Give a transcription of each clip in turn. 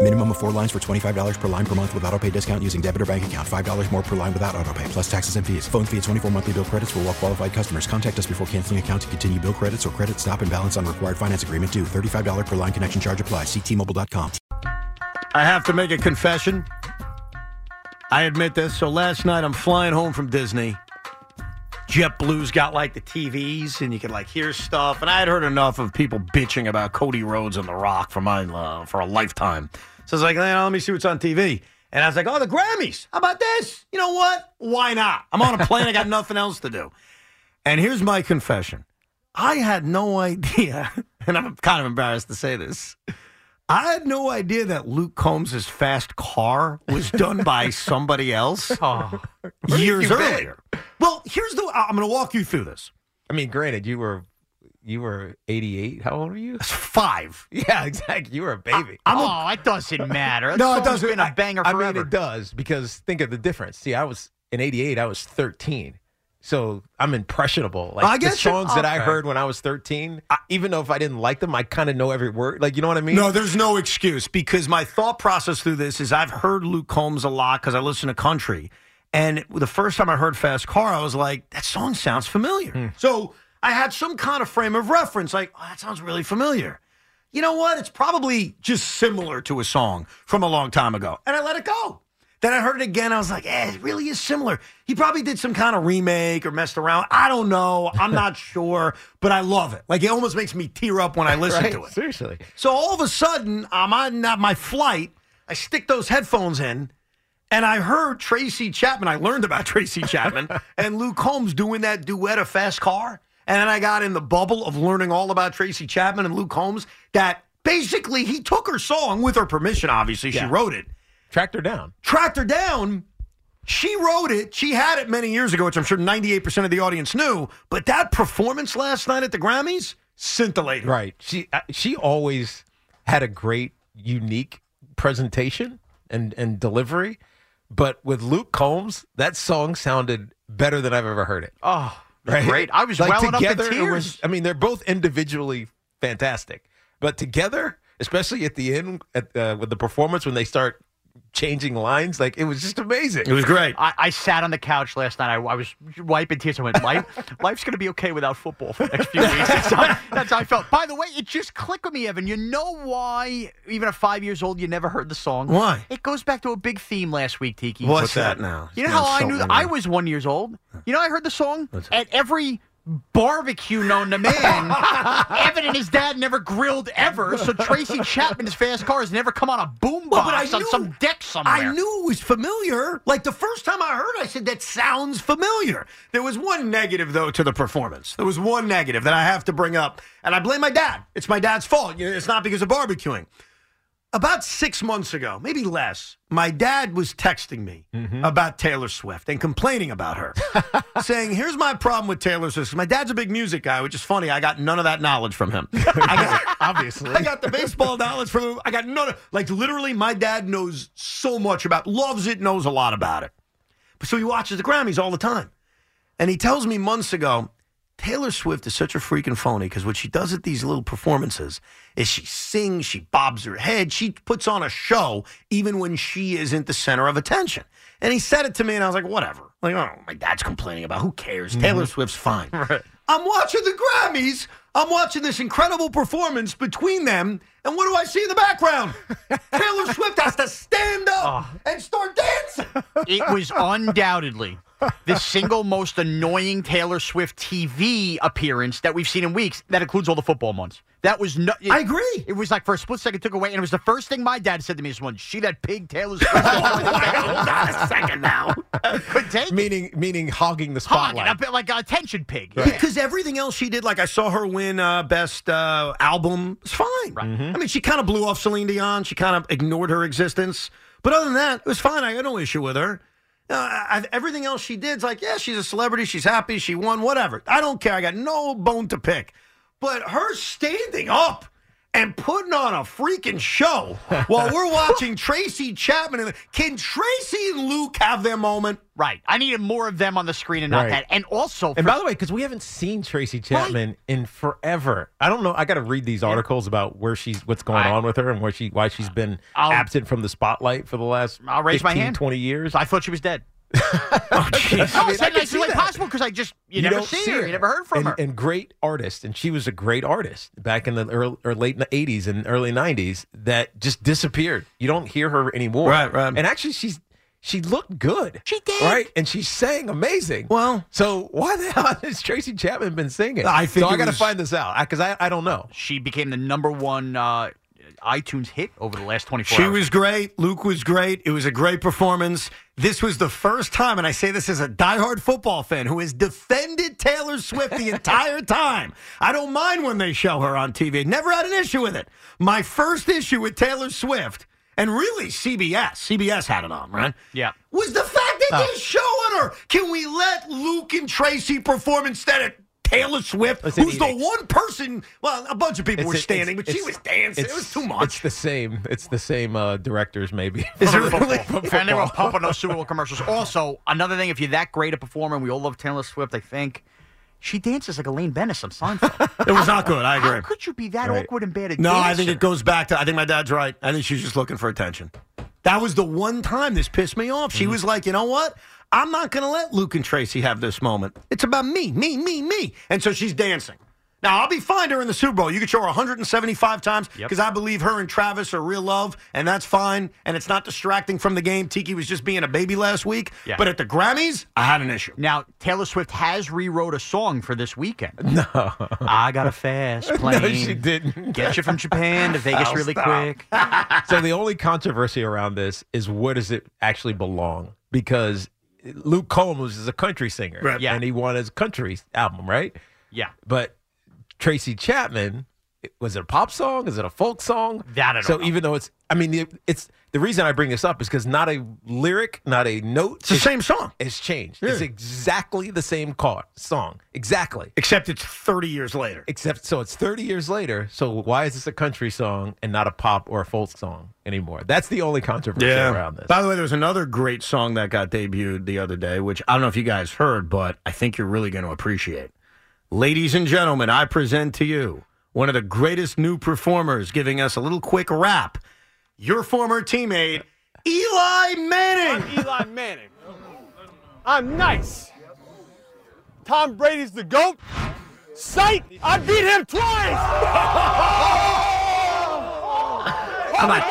Minimum of four lines for $25 per line per month with auto pay discount using debit or bank account. $5 more per line without auto pay, plus taxes and fees. Phone fee at 24 monthly bill credits for all well qualified customers. Contact us before canceling account to continue bill credits or credit stop and balance on required finance agreement due. $35 per line connection charge apply. Ctmobile.com. I have to make a confession. I admit this. So last night I'm flying home from Disney. JetBlue's got like the TVs and you can like hear stuff. And I had heard enough of people bitching about Cody Rhodes and The Rock for my uh, for a lifetime. So I was like, eh, let me see what's on TV. And I was like, oh, the Grammys. How about this? You know what? Why not? I'm on a plane. I got nothing else to do. And here's my confession I had no idea, and I'm kind of embarrassed to say this. I had no idea that Luke Combs' fast car was done by somebody else Oh. years you been? earlier. Well, here's the. I'm going to walk you through this. I mean, granted, you were you were 88. How old are you? It's five. Yeah, exactly. You were a baby. I'm a- oh, it doesn't no, matter. That it song's doesn't. Been a banger I, I forever. mean, it does because think of the difference. See, I was in '88. I was 13, so I'm impressionable. Like I the guess you- songs that I okay. heard when I was 13, I, even though if I didn't like them, I kind of know every word. Like you know what I mean? No, there's no excuse because my thought process through this is I've heard Luke Combs a lot because I listen to country. And the first time I heard Fast Car, I was like, that song sounds familiar. Hmm. So I had some kind of frame of reference, like, oh, that sounds really familiar. You know what? It's probably just similar to a song from a long time ago. And I let it go. Then I heard it again. I was like, eh, it really is similar. He probably did some kind of remake or messed around. I don't know. I'm not sure, but I love it. Like, it almost makes me tear up when I listen right? to it. Seriously. So all of a sudden, I'm on uh, my flight. I stick those headphones in, and I heard Tracy Chapman. I learned about Tracy Chapman and Luke Combs doing that duet of Fast Car. And then I got in the bubble of learning all about Tracy Chapman and Luke Combs that basically he took her song with her permission, obviously. She Yeah. wrote it, Tracked her down. tracked her down. She wrote it. She had it many years ago, which I'm sure 98% of the audience knew. But that performance last night at the Grammys scintillated. Right. She uh, she always had a great, unique presentation and and delivery, but with Luke Combs, that song sounded better than I've ever heard it. Oh, Right. great. I was like welling together. up in it tears. was- I mean, they're both individually fantastic, but together, especially at the end at, uh, with the performance when they start changing lines, like it was just amazing. It was great. I, I sat on the couch last night. I, I was wiping tears. I went, Life, life's going to be okay without football for the next few weeks. That's how, that's how I felt. By the way, it just clicked with me, Evan. You know why, even at five years old, you never heard the song? Why? It goes back to a big theme last week, Tiki. What's that now? You know It's how been I so knew long. I was one years old? You know I heard the song at every barbecue known to man. Evan and his dad never grilled ever, so Tracy Chapman's fast car has never come on a boombox Well, but I on knew- some deck somewhere. I knew it was familiar. Like the first time I heard, it, I said that sounds familiar. There was one negative though to the performance. There was one negative that I have to bring up, and I blame my dad. It's my dad's fault. You know, It's not because of barbecuing. About six months ago, maybe less, my dad was texting me about Taylor Swift and complaining about her, saying, "Here's my problem with Taylor Swift." My dad's a big music guy, which is funny. I got none of that knowledge from him. I got- obviously. I got the baseball knowledge from him. I got none. Of, like literally, my dad knows so much about, loves it, knows a lot about it. So he watches the Grammys all the time, and he tells me months ago, Taylor Swift is such a freaking phony because what she does at these little performances is she sings, she bobs her head, she puts on a show, even when she isn't the center of attention. And he said it to me, and I was like, whatever. Like, oh, my dad's complaining about who cares? Taylor Swift's fine. I'm watching the Grammys. I'm watching this incredible performance between them, and what do I see in the background? Taylor Swift has to stand up and start dancing. It was undoubtedly the single most annoying Taylor Swift TV appearance that we've seen in weeks. That includes all the football ones. That was no. It, I agree. It was like for a split second took away, and it was the first thing my dad said to me this one. She that pig Taylor Swift. Hold on a second now. Could take me. Meaning, meaning hogging the Hogging, spotlight. a bit like a attention pig. Yeah. Because everything else she did, like I saw her win uh, best uh, album, it's fine. I mean, she kind of blew off Celine Dion. She kind of ignored her existence. But other than that, it was fine. I had no issue with her. Uh, I, everything else she did's like, yeah, she's a celebrity. She's happy. She won. Whatever. I don't care. I got no bone to pick. But her standing up and putting on a freaking show while we're watching Tracy Chapman. and- Can Tracy and Luke have their moment? Right. I needed more of them on the screen and not Right. that. And also, And for- by the way, because we haven't seen Tracy Chapman in forever, I don't know. I got to read these articles about where she's, what's going I- on with her, and where she, why she's been I'll- absent from the spotlight for the last I'll raise my 15, hand. 20 years. I thought she was dead. oh, jeez. I, said can like, it's see like that. possible because I just, you, never see, her. You never heard from and, her. And great artist, and she was a great artist back in the early, or late '80s and early '90s that just disappeared. You don't hear her anymore. Right, right. And actually, she's she looked good. She did. Right, and she sang amazing. Well- so why the hell has Tracy Chapman been singing? I think so. I it got to was- find this out because I, I don't know. she became the number one uh, iTunes hit over the last 24 She hours. was great. Luke was great. It was a great performance. This was the first time, and I say this as a diehard football fan who has defended Taylor Swift the entire time. I don't mind when they show her on TV. Never had an issue with it. My first issue with Taylor Swift, and really CBS, CBS had it on, right? Yeah. Was the fact that they're showing her. Can we let Luke and Tracy perform instead of Taylor Swift, It's an who's the edict. one person? Well, a bunch of people were It's- it's- standing, but she it's- was dancing. It it's- was too much. It's the same. It's the same uh, directors, maybe. Is it Football. really? And they were pumping those Super Bowl commercials. Also, another thing, if you're that great a performer, and we all love Taylor Swift, I think, she dances like Elaine Bennis on Seinfeld. It was not good. I How agree. could you be that Right. awkward and bad at No, I think it goes back to. I think my dad's right. I think she's just looking for attention. That was the one time this pissed me off. Mm-hmm. She was like, you know what? I'm not going to let Luke and Tracy have this moment. It's about me, me, me, me. And so she's dancing. Now, I'll be fine during the Super Bowl. You can show her 175 times Yep. because I believe her and Travis are real love, and that's fine. And it's not distracting from the game. Tiki was just being a baby last week. Yeah. But at the Grammys, I had an issue. Now, Taylor Swift has rewrote a song for this weekend. No. I got a fast plane. no, she didn't. Get you from Japan to Vegas really quick. so the only controversy around this is where does it actually belong? Because Luke Combs is a country singer, Right. Yeah. and he won his country album, right? Yeah. But Tracy Chapman, was it a pop song? Is it a folk song? That I don't so know. even though it's, I mean, it- it's the reason I bring this up is because not a lyric, not a note, It's the same song, It's changed. Yeah. It's exactly the same car, song, exactly. except it's 30 years later. Except, so it's 30 years later. So why is this a country song and not a pop or a folk song anymore? That's the only controversy around this. By the way, there was another great song that got debuted the other day, which I don't know if you guys heard, but I think you're really going to appreciate. Ladies and gentlemen, I present to you one of the greatest new performers giving us a little quick rap. Your former teammate, Eli Manning. Eli Manning. I'm nice. Tom Brady's the GOAT. Sight! I beat him twice! Come on.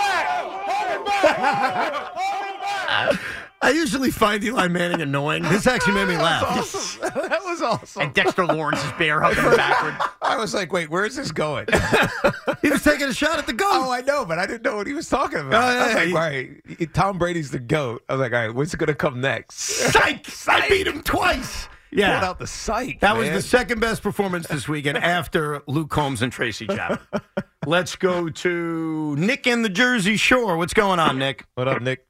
I usually find Eli Manning annoying. This actually made me laugh. that was awesome. And Dexter Lawrence is bare hugging her backward. I was like, wait, where is this going? He was taking a shot at the goat. oh, I know, but I didn't know what he was talking about. Oh, yeah, I was like, yeah. right, Tom Brady's the GOAT. I was like, all right, what's going to come next? Psych! I beat him twice. Pulled out the psych. That was man. the second best performance this weekend after Luke Combs and Tracy Chapman. Let's go to Nick in the Jersey Shore. What's going on, Nick? What up, Nick?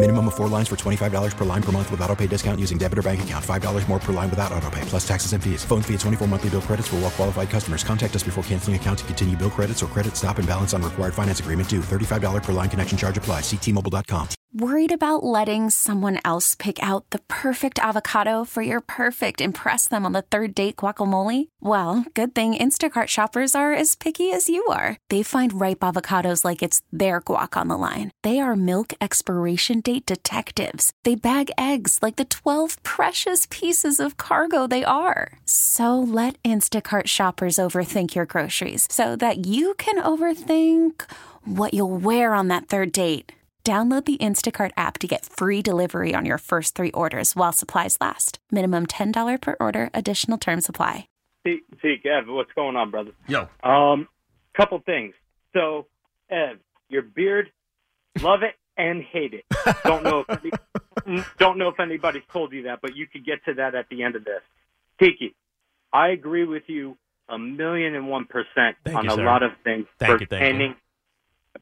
Minimum of four lines for $25 per line per month with auto pay discount using debit or bank account. $5 more per line without auto pay, plus taxes and fees. Phone fee at 24 monthly bill credits for all well qualified customers. Contact us before canceling account to continue bill credits or credit stop and balance on required finance agreement due. $35 per line connection charge applies. Ctmobile.com. Worried about letting someone else pick out the perfect avocado for your perfect impress them on the third date guacamole? Well, good thing Instacart shoppers are as picky as you are. They find ripe avocados like it's their guac on the line. They are milk expiration date detectives. They bag eggs like the 12 precious pieces of cargo they are. So let Instacart shoppers overthink your groceries so that you can overthink what you'll wear on that third date. Download the Instacart app to get free delivery on your first three orders while supplies last. Minimum $10 per order, additional term supply. Zeke, Zeke, Ev, what's going on, brother? Yo. Um, couple things. So, Ev, your beard, love it and hate it. Don't know if any, don't know if anybody's told you that, but you could get to that at the end of this. Tiki, I agree with you a million and one percent Thank on you, a sir. lot of things Thank you, thank you. pertaining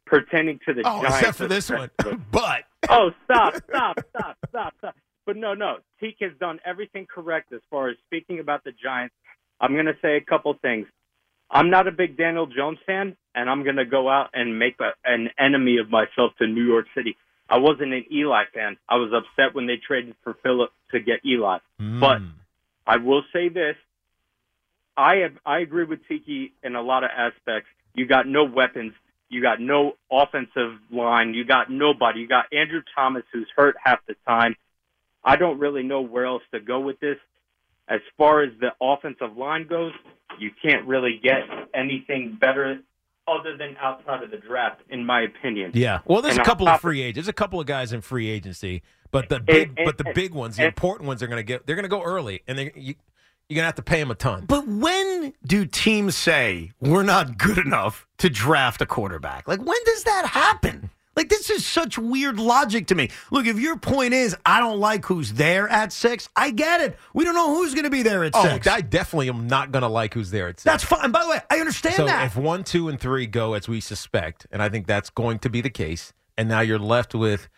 pretending to the Oh, Giants. except for are this the one. best. But Oh, stop, stop, stop, stop, stop. But no, no. Teak has done everything correct as far as speaking about the Giants. I'm going to say a couple things. I'm not a big Daniel Jones fan, and I'm going to go out and make a, an enemy of myself to New York City. I wasn't an Eli fan. I was upset when they traded for Philip to get Eli. But Mm. I will say this: I have, I agree with Tiki in a lot of aspects. You got no weapons. You got no offensive line. You got nobody. You got Andrew Thomas, who's hurt half the time. I don't really know where else to go with this. As far as the offensive line goes, you can't really get anything better other than outside of the draft, in my opinion. yeah, well, there's And a on couple of top free agents. There's a couple of guys in free agency, but the big, and- but the big ones, the and- important ones, are going to get. They're going to go early, and they you, you're going to have to pay them a ton. But when do teams say we're not good enough to draft a quarterback? Like, when does that happen? Like, this is such weird logic to me. Look, if your point is, I don't like who's there at six, I get it. We don't know who's going to be there at Oh, six. I definitely am not going to like who's there. It's That's fine. By the way, I understand so that. if one, two, and three go as we suspect, and I think that's going to be the case, and now you're left with,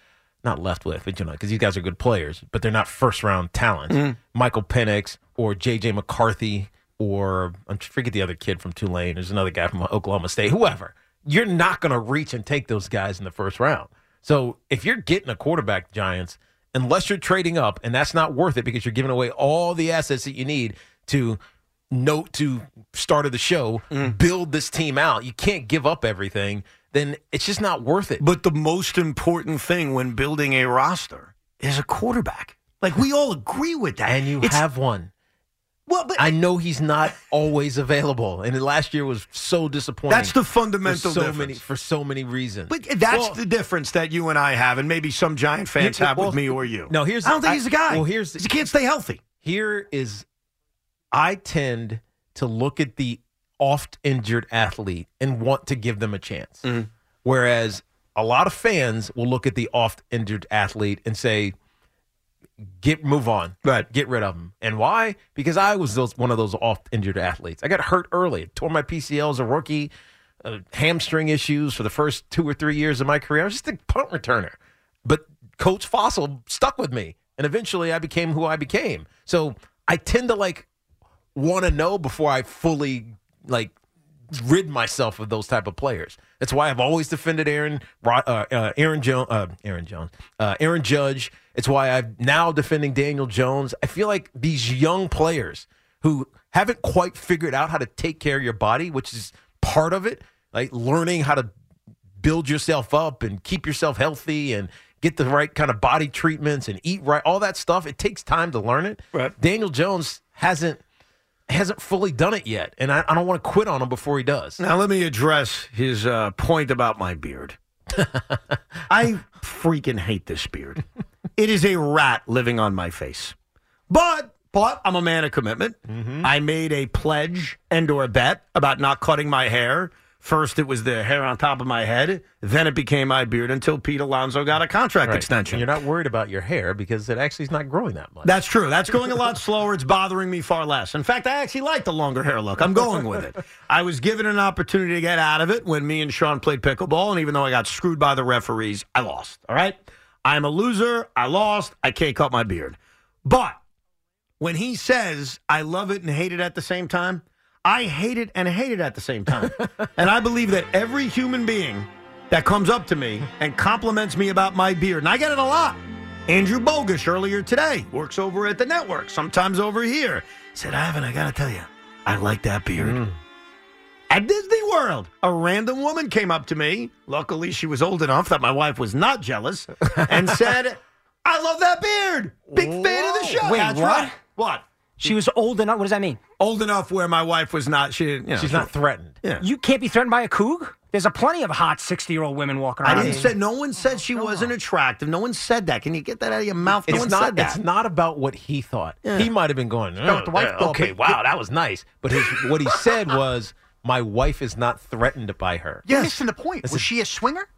not left with, but you know, because these guys are good players, but they're not first round talent. Mm-hmm. Michael Penix or J.J. McCarthy or I forget the other kid from Tulane. There's another guy from Oklahoma State. Whoever, you're not going to reach and take those guys in the first round. So if you're getting a quarterback, Giants, unless you're trading up, and that's not worth it because you're giving away all the assets that you need to note to start of the show, Mm. build this team out. You can't give up everything. Then it's just not worth it. But the most important thing when building a roster is a quarterback. Like we all agree with that. and you It's- have one. well, but I know he's not always available, and last year was so disappointing. that's the for fundamental so difference. many for so many reasons. but that's Well- the difference that you and I have, and maybe some Giant fans You- have well, with me or you. no, here's- I don't think I- he's a guy. well, here's- he can't stay healthy. here is I tend to look at the oft injured athlete and want to give them a chance. Mm-hmm. Whereas a lot of fans will look at the oft injured athlete and say, get move on. Right. Get rid of him. And why? Because I was those, one of those oft injured athletes. I got hurt early, tore my PCL as a rookie, uh, hamstring issues for the first two or three years of my career. I was just a punt returner. But Coach Fossil stuck with me, and eventually I became who I became. So I tend to like want to know before I fully like rid myself of those type of players. That's why I've always defended Aaron Ro- uh, uh, Aaron Jones uh, Aaron Jones uh, Aaron Judge. It's why I'm now defending Daniel Jones. I feel like these young players who haven't quite figured out how to take care of your body, which is part of it, like learning how to build yourself up and keep yourself healthy and get the right kind of body treatments and eat right all that stuff it takes time to learn it right. daniel jones hasn't hasn't fully done it yet and i, I don't want to quit on him before he does Now let me address his uh, point about my beard. I freaking hate this beard. It is a rat living on my face. But but I'm a man of commitment. Mm-hmm. I made a pledge and or a bet about not cutting my hair. First it was the hair on top of my head, then it became my beard until Pete Alonso got a contract extension. you're not worried about your hair because it actually is not growing that much That's true. That's going a lot slower. It's bothering me far less. In fact, I actually like the longer hair look. I'm going with it. I was given an opportunity to get out of it when me and Sean played pickleball, and even though I got screwed by the referees, I lost. All right? I'm a loser. I lost. I can't cut my beard. But when he says, I love it and hate it at the same time, I hate it and hate it at the same time. and I believe that every human being that comes up to me and compliments me about my beard, and I get it a lot. Andrew Bogus earlier today works over at the network, sometimes over here. Said, Ivan, I got to tell you, I like that beard. At Disney World, a random woman came up to me. Luckily, she was old enough that my wife was not jealous and said, I love that beard. Big fan of the show. Wait, That's what? right. What? She was old enough. What does that mean? Old enough where my wife was not. She, didn't, you know, she's not threatened Yeah. You can't be threatened by a coog. There's a plenty of hot sixty-year-old women walking I around. didn't say. No one said she wasn't attractive. No one said that. Can you get that out of your mouth? No it's one not said that. it's not about what he thought Yeah. he might have been going not what the "Oh, wife yeah, thought, okay but- wow that was nice but his, what he said was my wife is not threatened by her You're missing the point. Was she a swinger?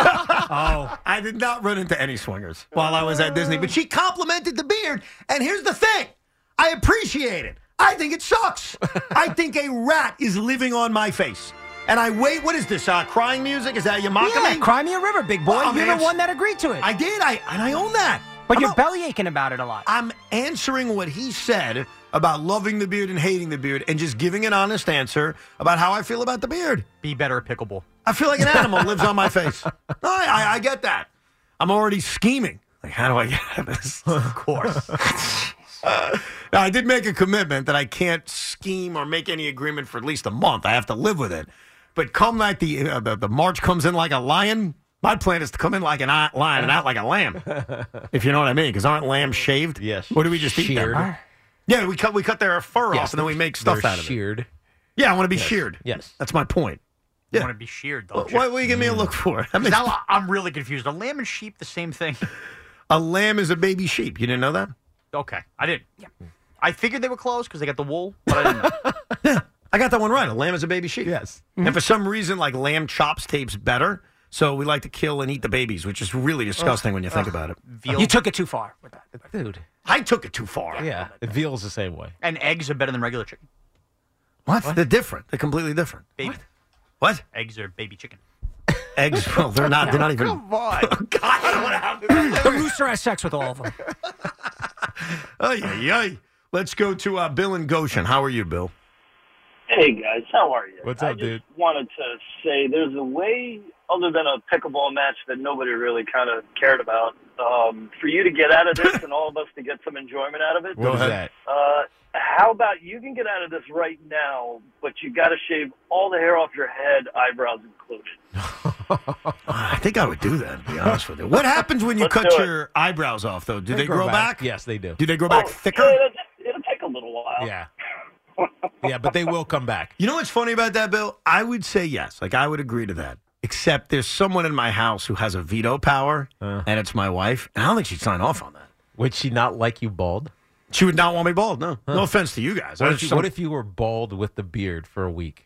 Oh, I did not run into any swingers while I was at Disney, but she complimented the beard. And here's the thing I appreciate it. I think it sucks. I think a rat is living on my face. And I wait, what is this? Uh, crying music? Is that you mocking Yeah, me? cry me a river, big boy. Well, I mean, You're the it's- one that agreed to it. I did, I and I own that. but I'm you're not- belly aching about it a lot. I'm answering what he said about loving the beard and hating the beard and just giving an honest answer about how I feel about the beard. Be better at pickleball. I feel like an animal lives on my face. No, I, I, I get that. I'm already scheming. Like, how do I get out of this? of course. now, I did make a commitment that I can't scheme or make any agreement for at least a month. I have to live with it. But come like the uh, the, the March comes in like a lion. My plan is to come in like an o- lion and out like a lamb, if you know what I mean. Because aren't lambs shaved? Yes. What do we just eat? Sheared. Them? Yeah, we cut we cut their fur off and then we make stuff They're out of sheared it. Yeah, I want to be sheared. Yes. that's my point. You Yeah. want to be sheared, Why, don't you? why will you give me a look for? That makes Now I'm really confused. Are lamb and sheep the same thing? A lamb is a baby sheep. You didn't know that? Okay, I didn't. I figured they were close because they got the wool, but I didn't know. I got that one right. A lamb is a baby sheep. Yes. And for some reason, like lamb chops tapes better. So we like to kill and eat the babies, which is really disgusting when you think about it. Veal you took it too far with that. dude I took it too far. yeah the veal's the same way and eggs are better than regular chicken. What? They're different. They're completely different. Baby What? eggs are baby chicken. Eggs? Well, they're not. They're not even. on. God, I don't want to have The rooster has sex with all of them. Ay, ay, ay. Let's go to uh, Bill and Goshen. How are you, Bill? Hey guys, how are you? What's I up, just dude? Wanted to say there's a way other than a pickleball match that nobody really kind of cared about um, for you to get out of this and all of us to get some enjoyment out of it. What is ahead. that Uh, how about you can get out of this right now, but you got to shave all the hair off your head, eyebrows included. Uh, I think I would do that, to be honest with you. What happens when you Let's cut do it. your eyebrows off, though? Do they, grow, back? yes they do Do they grow back Oh, thicker? yeah, it'll, just- it'll take a little while. yeah yeah but they will come back You know what's funny about that, Bill? I would say yes. Like, I would agree to that. Except there's someone in my house who has a veto power, and it's my wife. And I don't think she'd sign off on that. Uh. would she not like you bald She would not want me bald. No. No offense to you guys. what I if, you, just- what if you were bald with the beard for a week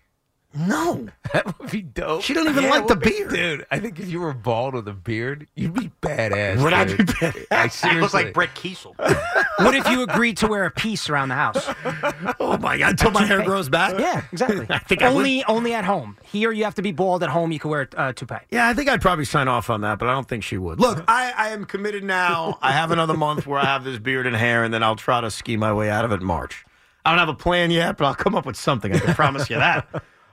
no. that would be dope She doesn't even like it the would be- beard. dude i think if you were bald with a beard you'd be badass Would I be dude. badass? I It seriously looks like Brett Kiesel. What if you agreed to wear a piece around the house? Oh, my God. Until my hair grows back? Yeah, exactly. I think I would. only only at home. Here you have to be bald. At home you can wear a uh, toupee. Yeah, I think I'd probably sign off on that, but I don't think she would. Look, I, I am committed now. I have another month where I have this beard and hair, and then I'll try to ski my way out of it in March. I don't have a plan yet, but I'll come up with something. I can promise you that.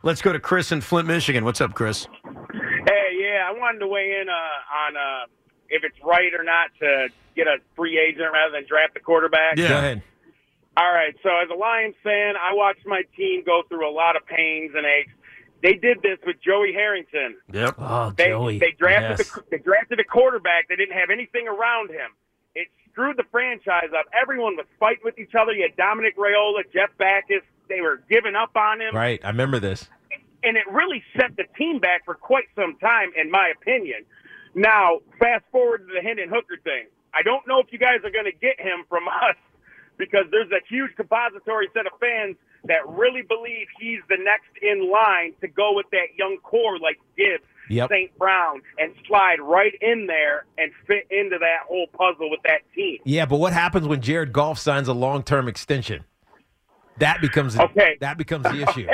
Let's go to Chris in Flint, Michigan. What's up, Chris? Hey, yeah, I wanted to weigh in uh, on uh, if it's right or not to get a free agent rather than draft the quarterback. Go ahead. All right. So as a Lions fan, I watched my team go through a lot of pains and aches. They did this with Joey Harrington. Yep. Oh, They, they drafted the, they drafted a quarterback. They didn't have anything around him. It screwed the franchise up. Everyone was fighting with each other. You had Dominic Rayola, Jeff Backus. They were giving up on him Right. I remember this. and it really set the team back for quite some time, in my opinion. Now, fast forward to the Hendon Hooker thing. I don't know if you guys are going to get him from us because there's a huge compository set of fans that really believe he's the next in line to go with that young core like Gibbs, Yep. St. Brown, and slide right in there and fit into that whole puzzle with that team. Yeah, but what happens when Jared Goff signs a long-term extension? That becomes Okay. that becomes the issue.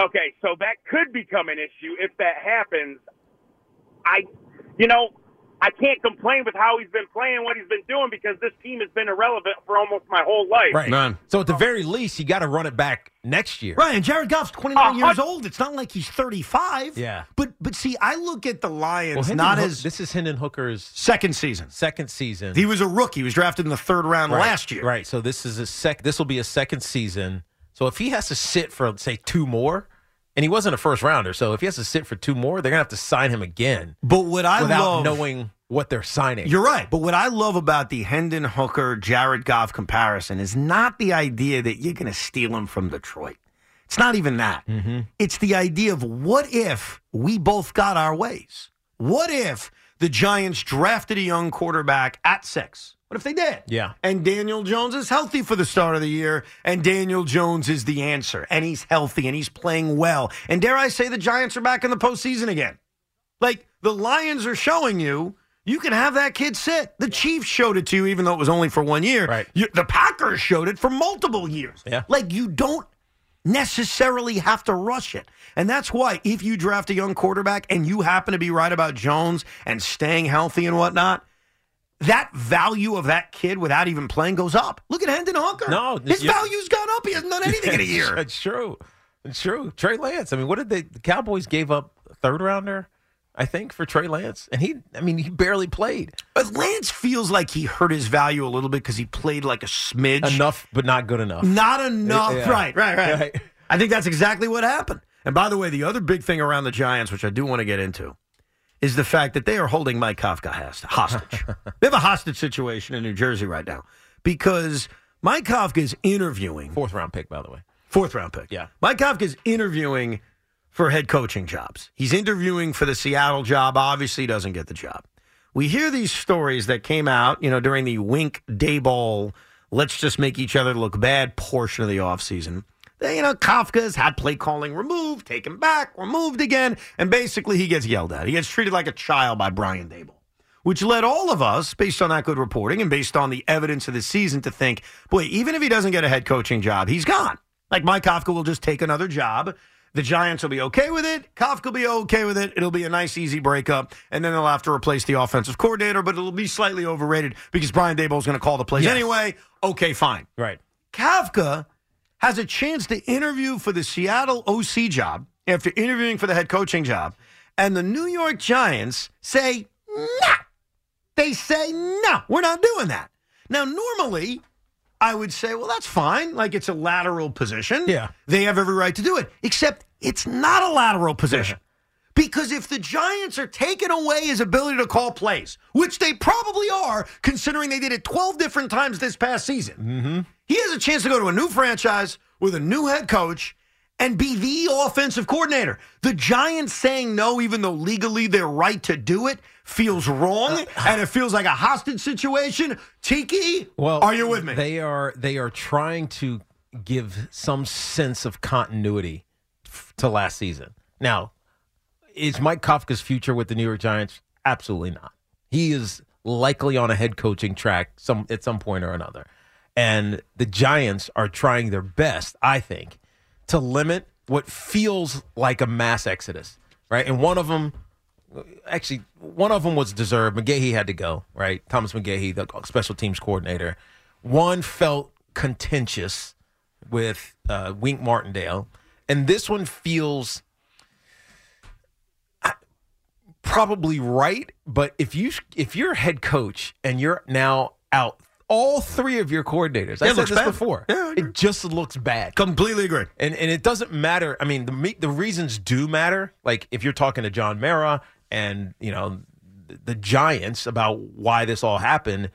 Okay, so that could become an issue if that happens. I, you know, I can't complain with how he's been playing, what he's been doing, because this team has been irrelevant for almost my whole life. Right. So at the very least, you got to run it back next year. Right, and Jared Goff's 29 years old. It's not like he's 35. Yeah. But but see, I look at the Lions Well, Hendon not Hook- as this is Hendon Hooker's second season. Second season. He was a rookie. He was drafted in the third round Right, last year. Right. So this is a sec. This will be a second season. So if he has to sit for say two more, and he wasn't a first rounder, so if he has to sit for two more, they're gonna have to sign him again. But what I without love- knowing what they're signing. You're right. But what I love about the Hendon Hooker Jared Goff comparison is not the idea that you're going to steal him from Detroit. It's not even that. It's the idea of what if we both got our ways? What if the Giants drafted a young quarterback at six? What if they did? Yeah. And Daniel Jones is healthy for the start of the year, and Daniel Jones is the answer, and he's healthy and he's playing well. And dare I say, the Giants are back in the postseason again. Like the Lions are showing you, you can have that kid sit. The Chiefs showed it to you, even though it was only for one year. Right. the Packers showed it for multiple years. Yeah. Like you don't necessarily have to rush it. And that's why if you draft a young quarterback and you happen to be right about Jones and staying healthy and whatnot, that value of that kid without even playing goes up. Look at Hendon Hooker. No, his yeah. value's gone up. He hasn't done anything in a year. That's true. It's true. Trey Lance. I mean, what did they? The Cowboys gave up a third rounder, I think, for Trey Lance, and he. I mean, he barely played. But Lance feels like he hurt his value a little bit because he played like a smidge. Enough, but not good enough. Not enough. Yeah. Right, right, right, Right. I think that's exactly what happened. And by the way, the other big thing around the Giants, which I do want to get into, is the fact that they are holding Mike Kafka hast- hostage. they have a hostage situation in New Jersey right now because Mike Kafka is interviewing. Fourth round pick, by the way. Fourth round pick. Yeah. Mike Kafka is interviewing for head coaching jobs. He's interviewing for the Seattle job. Obviously, doesn't get the job. We hear these stories that came out, you know, during the Wink Dayball, let's just make each other look bad portion of the offseason. They, you know, Kafka's had play calling removed, taken back, removed again, and basically he gets yelled at. He gets treated like a child by Brian Dable which led all of us, based on that good reporting and based on the evidence of the season, to think, boy, even if he doesn't get a head coaching job, he's gone. Like Mike Kafka will just take another job. The Giants will be okay with it. Kafka will be okay with it. It'll be a nice, easy breakup. And then they'll have to replace the offensive coordinator, but it'll be slightly overrated because Brian Dable is going to call the plays Yes. anyway. Okay, fine. Right. Kafka has a chance to interview for the Seattle OC job after interviewing for the head coaching job. And the New York Giants say, nah. They say, no, we're not doing that. Now, normally, I would say, well, that's fine. Like it's a lateral position. Yeah. They have every right to do it, except it's not a lateral position. Because if the Giants are taking away his ability to call plays, which they probably are, considering they did it 12 different times this past season, Mm-hmm. he has a chance to go to a new franchise with a new head coach and be the offensive coordinator. The Giants saying no, even though legally they're right to do it, feels Uh, wrong, and it feels like a hostage situation. Tiki, Well, are you with me? They are. They are trying to give some sense of continuity f- to last season. Now, is Mike Kafka's future with the New York Giants? Absolutely not. He is likely on a head coaching track some at some point or another. And the Giants are trying their best, I think, to limit what feels like a mass exodus, right? And one of them actually one of them was deserved. McGahee had to go, right? Thomas McGahee, the special teams coordinator. One felt contentious with uh, Wink Martindale, And this one feels I- probably right, but if you if you're a head coach and you're now out all three of your coordinators, Yeah, I it said looks this bad. before. it just looks bad. Completely agree. And and it doesn't matter. I mean, the me- the reasons do matter. Like if you're talking to John Mara and you know the, the Giants about why this all happened,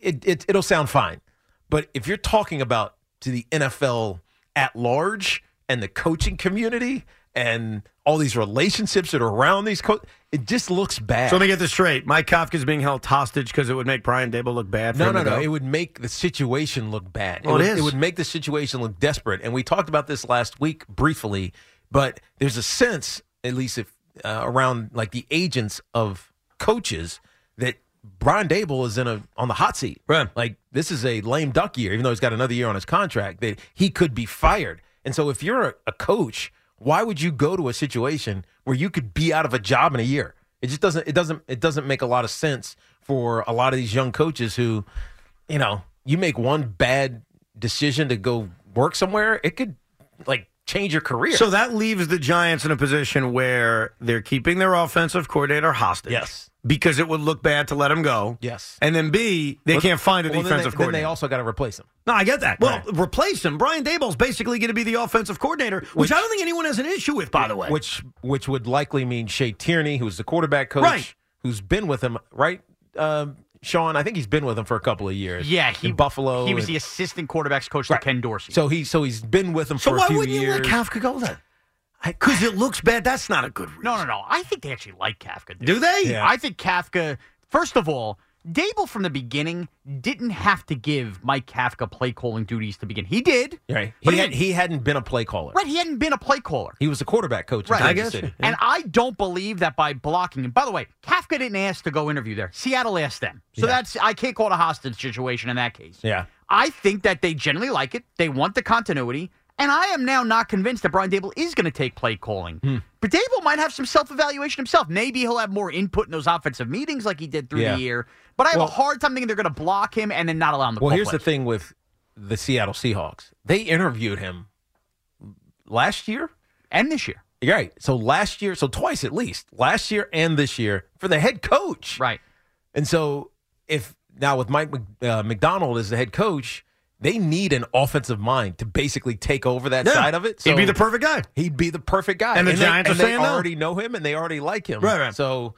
it, it it'll sound fine. But if you're talking about to the NFL at large and the coaching community and all these relationships that are around these co- it just looks bad. So let me get this straight. Mike Kafka's being held hostage because it would make Brian Dable look bad. For No, him no, to no. go? It would make the situation look bad. Well, Oh, it would, is. It would make the situation look desperate. And we talked about this last week briefly, but there's a sense, at least if uh, around like the agents of coaches, that Brian Dable is in a on the hot seat. Right. Like this is a lame duck year, even though he's got another year on his contract. That he could be fired. And so, if you're a, a coach, why would you go to a situation where you could be out of a job in a year? It just doesn't. It doesn't. It doesn't make a lot of sense for a lot of these young coaches who you know, you make one bad decision to go work somewhere, it could like change your career. So that leaves the Giants in a position where they're keeping their offensive coordinator hostage. Yes. Because it would look bad to let him go. Yes. And then B, they Well, can't find a well, then they- defensive then they coordinator. also got to replace him. No, I get that. Well, replace him. Brian Dable's basically going to be the offensive coordinator, which, I don't think anyone has an issue with, by the way. Which which would likely mean Shea Tierney, who's the quarterback coach, Right. who's been with him, right? Um, Sean, I think he's been with him for a couple of years. Yeah, he in Buffalo. He was and- the assistant quarterbacks coach to Ken Dorsey. so he so he's been with him So for why a few wouldn't you years. let Kafka go then? Because it looks bad. That's not a good reason. No, no, no. I think they actually like Kafka. dude. Do they? Yeah. I think Kafka, first of all, Dable from the beginning didn't have to give Mike Kafka play calling duties to begin. He did. Right. But He, had, he hadn't been a play caller. Right, he hadn't been a play caller. He was a quarterback coach. in Right. Kansas City. And I don't believe that by blocking him. By the way, Kafka didn't ask to go interview there. Seattle asked them. So that's I can't call it a hostage situation in that case. Yeah. I think that they generally like it. They want the continuity. And I am now not convinced that Brian Dable is going to take play calling. Hmm. But Dable might have some self evaluation himself. Maybe he'll have more input in those offensive meetings like he did through Yeah. the year. But I have Well- a hard time thinking they're going to block him and then not allow him to Well, call here's plays. the thing with the Seattle Seahawks. They interviewed him last year and this year. Right. So last year, so twice at least, last year and this year for the head coach. Right. And so if now with Mike Mc- uh, McDonald as the head coach, they need an offensive mind to basically take over that Yeah. side of it. He'd be the perfect guy. He'd be the perfect guy. And the they- Giants are and they saying no. already know him and they already like him. Right, right. So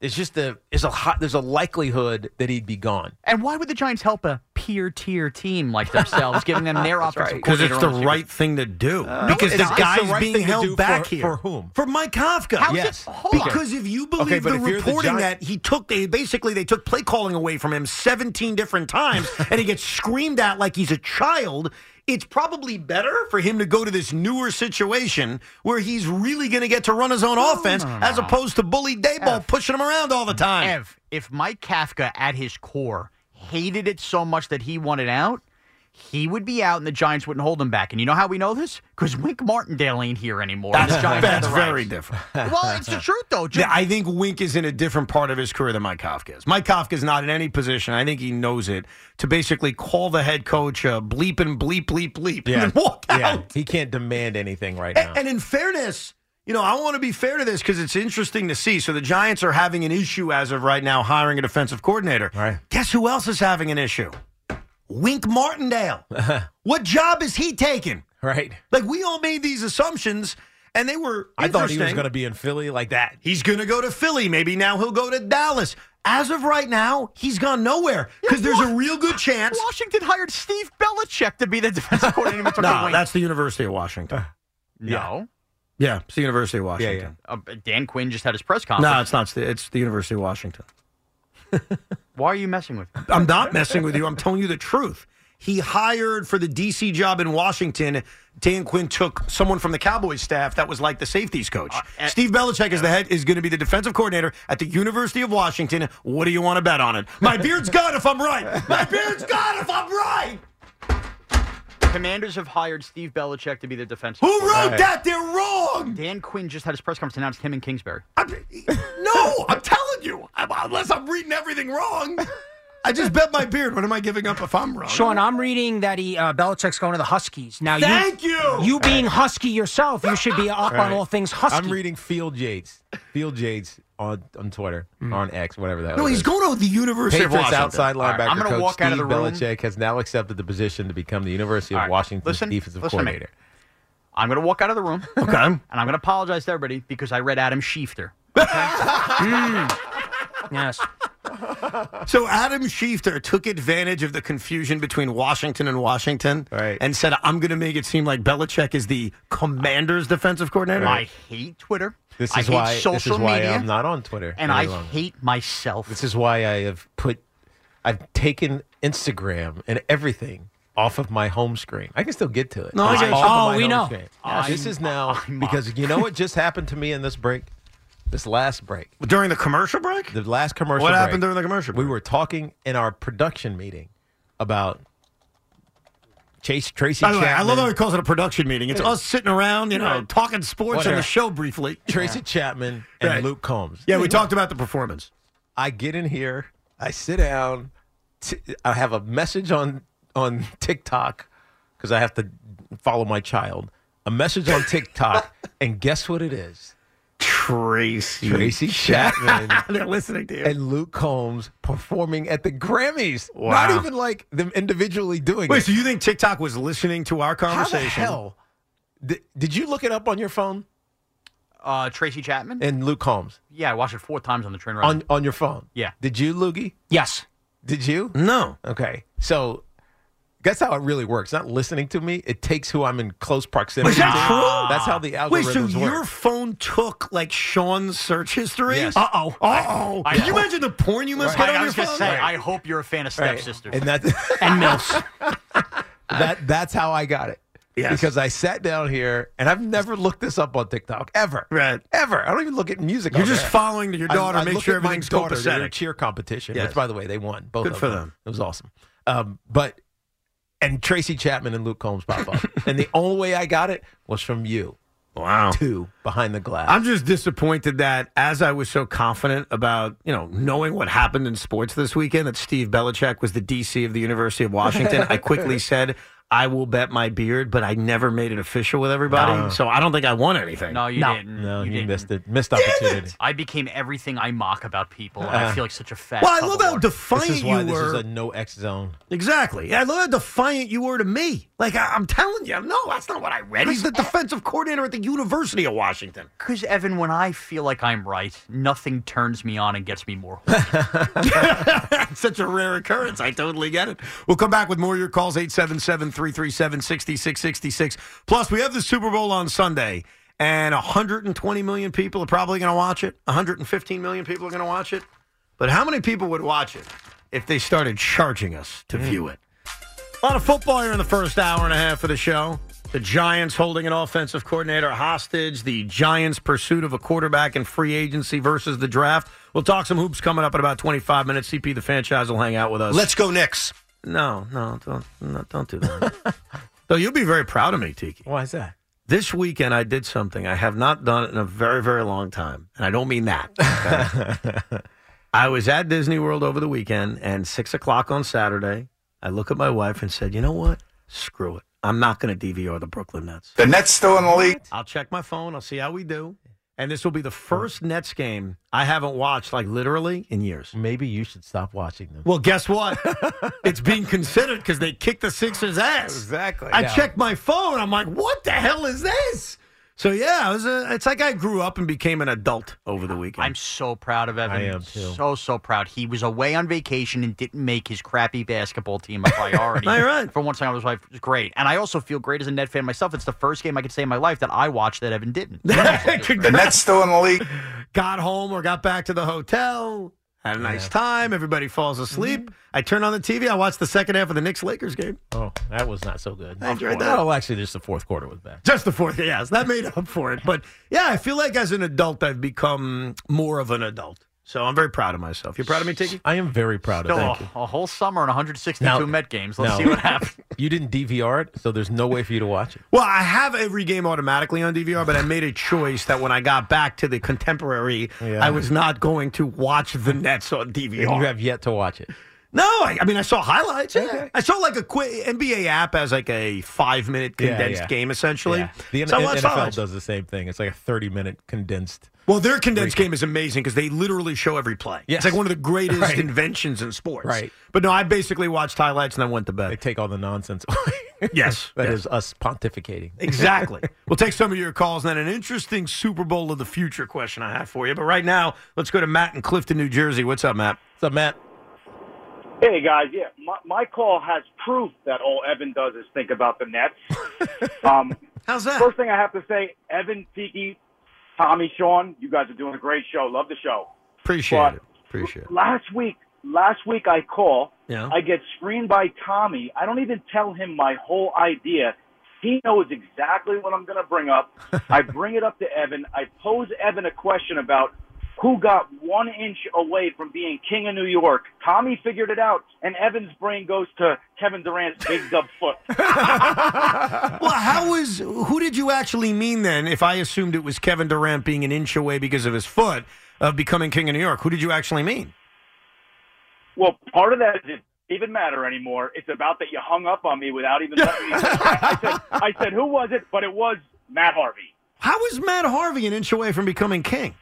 it's just a it's a hot there's a likelihood that he'd be gone. And why would the Giants help a peer tier team like themselves, giving them their That's offensive right. 'Cause Because coordinator it's on the this year? right thing to do. Uh, because no, the it's not. guy's It's the right being thing to held do for- back here. for whom? For Mike Kafka. How is Yes. it- hold on. because if you Okay, believe but the if you're the reporting Giant- that he took, they basically they took play calling away from him 17 different times, and he gets screamed at like he's a child. It's probably better for him to go to this newer situation where he's really going to get to run his own offense, as opposed to bully Dayball pushing him around all the time. Ev, if Mike Kafka at his core hated it so much that he wanted out, he would be out and the Giants wouldn't hold him back. And you know how we know this? Because Wink Martindale ain't here anymore. and the Giants have that's the very rights. different. Well, it's the truth, though. Ju- Yeah, I think Wink is in a different part of his career than Mike Kafka is. Mike Kafka is not in any position. I think he knows it to basically call the head coach uh, bleep and bleep bleep bleep and then walk out. Yeah. He can't demand anything right now. And, and in fairness, you know, I want to be fair to this because it's interesting to see. So the Giants are having an issue as of right now hiring a defensive coordinator. Right. Guess who else is having an issue? Wink Martindale. what job is he taking? Right. Like we all made these assumptions, and they were. I thought he was interesting. going to be in Philly like that. He's going to go to Philly. Maybe now he'll go to Dallas. As of right now, he's gone nowhere because there's a real good chance. Washington hired Steve Belichick to be the defensive coordinator. and took a No, wing. that's the University of Washington. no. Uh. Yeah, it's the University of Washington. Uh, Dan Quinn just had his press conference. No, it's not. It's the University of Washington. Why are you messing with me? I'm not messing with you. I'm telling you the truth. He hired for the DC job in Washington. Dan Quinn took someone from the Cowboys staff that was like the safeties coach. Steve Belichick is the head is going to be the defensive coordinator at the University of Washington. What do you want to bet on it? My beard's gone if I'm right. My beard's gone if I'm right. Commanders have hired Steve Belichick to be the defensive Who coordinator. wrote that? They're wrong. Dan Quinn just had his press conference and announced him and Kingsbury. No, I'm telling you. I'm- unless I'm reading everything wrong. I just bet my beard. What am I giving up if I'm wrong? Sean, I'm reading that he uh, Belichick's going to the Huskies. Now, Thank you, you! you being Husky yourself, you should be up on Right. all things Husky. I'm reading Field Yates. Field Yates on, on Twitter, on X, whatever that Hmm. No, was. he's going to the University Patriots of Washington. outside All right, linebacker I'm gonna coach walk Steve out of the room. Belichick has now accepted the position to become the University of All right. Washington's Listen- defensive listen to me. coordinator. I'm going to walk out of the room. Okay. And I'm going to apologize to everybody because I read Adam Schefter. Yes. So Adam Schefter took advantage of the confusion between Washington and Washington and said, I'm going to make it seem like Belichick is the commander's defensive coordinator. I hate Twitter. This I is hate why social this is why media. I'm not on Twitter, And any I longer. hate myself. This is why I have put, I've taken Instagram and everything off of my home screen. I can still get to it. No, I It's get off you. of Oh, my we home know. screen. I'm- this is now because you know what just happened to me in this break, this last break during the commercial break. The last commercial. What break, happened during the commercial We were talking in our production meeting about Chase Tracy. By the way, I Chapman. love how he calls it a production meeting. It's Yeah. us sitting around, you know, Right. talking sports on Whatever. the show briefly. Tracy Chapman and Right. Luke Combs. Yeah, we talked about the performance. I get in here. I sit down. T- I have a message on on TikTok because I have to follow my child. A message on TikTok, and guess what it is? Tracy Tracy Chapman. They're listening to you. And Luke Combs performing at the Grammys. Wow. Not even like them individually doing Wait, it. so you think TikTok was listening to our conversation? How the hell? Did, did you look it up on your phone? Uh, Tracy Chapman? And Luke Holmes yeah, I watched it four times on the train ride. on on your phone. Yeah. Did you, Loogie? Yes. Did you? No. Okay. So that's how it really works. Not listening to me. It takes who I'm in close proximity. Was that to. true? That's how the algorithms Wait, so work. your phone took like Sean's search history? Yes. Uh oh. Uh oh. I- Can you imagine the porn you must Right. get on I your was phone? gonna say, I hope you're a fan of Right. Stepsisters. And that's and milfs. That that's how I got it. Yes. Because I sat down here and I've never looked this up on TikTok ever. Right. Ever. I don't even look at music. You're on just there. following your Oh, daughter, I, I make look sure at my everything's daughter to their copacetic. cheer competition, Yes. which by the way they won. Both Good of for them. them. It was awesome. Um, but and Tracy Chapman and Luke Combs pop up, and the only way I got it was from you. Wow. Two behind the glass. I'm just disappointed that as I was so confident about, you know, knowing what happened in sports this weekend, that Steve Belichick was the DC of the University of Washington, I quickly said, I will bet my beard, but I never made it official with everybody. No. So I don't think I won anything. no, you No. didn't. no, you you, didn't. missed it. Missed opportunity. I became everything I mock about people, and I Uh, feel like such a fat. Uh-huh. Well, I tub love of how water. defiant This is why you this were. is a no X zone. Exactly. I love how defiant you were to me. Like, I, I'm telling you, no, that's not what I read. He's the defensive coordinator at the University of Washington. Because Evan, when I feel like I'm right, nothing turns me on and gets me more. horny. That's such a rare occurrence. I totally get it. We'll come back with more of your calls 877 337 6666. Plus, we have the Super Bowl on Sunday, and 120 million people are probably going to watch it. 115 million people are going to watch it. But how many people would watch it if they started charging us to view it? A lot of football here in the first hour and a half of the show. The Giants holding an offensive coordinator hostage, the Giants' pursuit of a quarterback in free agency versus the draft. We'll talk some hoops coming up in about 25 minutes. CP, the franchise, will hang out with us. Let's go Knicks. No, no, don't, no, don't do that. Though you'll be very proud of me, Tiki. Why is that? This weekend, I did something I have not done in a very, very long time. And I don't mean that. okay? I was at Disney World over the weekend, and six o'clock on Saturday, I look at my wife and said, You know what? Screw it. I'm not going to DVR the Brooklyn Nets. The Nets still in the league. I'll check my phone. I'll see how we do. And this will be the first Nets game I haven't watched, like literally, in years. Maybe you should stop watching them. Well, guess what? it's being considered because they kicked the Sixers' ass. Exactly. I Yeah. checked my phone. I'm like, what the hell is this? So yeah, it was a, it's like I grew up and became an adult over the weekend. I'm so proud of Evan. I am, too. So so proud. He was away on vacation and didn't make his crappy basketball team a priority. All right. For once, I was like, great. And I also feel great as a Ned fan myself. It's the first game I could say in my life that I watched that Evan didn't. The Nets still in the league. got home or got back to the hotel. Had a nice Yeah. time. Everybody falls asleep. Mm-hmm. I turn on the TV. I watch the second half of the Knicks Lakers game. Oh, that was not so good. I enjoyed that. Well, actually, just the fourth quarter was bad. Just the fourth. Yes, that made up for it. But yeah, I feel like as an adult, I've become more of an adult. So I'm very proud of myself. You proud of me, Tiggy? I am very proud of Still that. Oh, a, a whole summer and 162 Now- Met games. Let's now- see what happens. You didn't DVR it, so there's no way for you to watch it. Well, I have every game automatically on DVR, but I made a choice that when I got back to the contemporary, Yeah. I was not going to watch the Nets on DVR. And you have yet to watch it. No, I, I mean I saw highlights. Yeah. I saw like a quick NBA app as like a five minute Yeah, condensed yeah. game essentially. Yeah. The N- So I watched NFL highlights. does the same thing. It's like a 30 minute condensed. Well, their condensed game is amazing because they literally show every play. Yes. It's like one of the greatest Right. inventions in sports. Right. But no, I basically watched highlights and then went to bed. They take all the nonsense away. yes. That yes. is us pontificating. Exactly. we'll take some of your calls and then an interesting Super Bowl of the future question I have for you. But right now, let's go to Matt in Clifton, New Jersey. What's up, Matt? What's up, Matt? Hey guys, yeah, my, my call has proof that all Evan does is think about the Nets. Um, How's that? First thing I have to say, Evan, Tiki, Tommy, Sean, you guys are doing a great show. Love the show. Appreciate it. Appreciate it. Last week, last week I call, Yeah. I get screened by Tommy. I don't even tell him my whole idea. He knows exactly what I'm going to bring up. I bring it up to Evan. I pose Evan a question about who got one inch away from being king of New York. Tommy figured it out, and Evan's brain goes to Kevin Durant's big dub foot. Well, how is who did you actually mean then? If I assumed it was Kevin Durant being an inch away because of his foot of becoming king of New York, who did you actually mean? Well, part of that doesn't even matter anymore. It's about that you hung up on me without even letting me. I said, I said, who was it? But it was Matt Harvey. How is Matt Harvey an inch away from becoming king?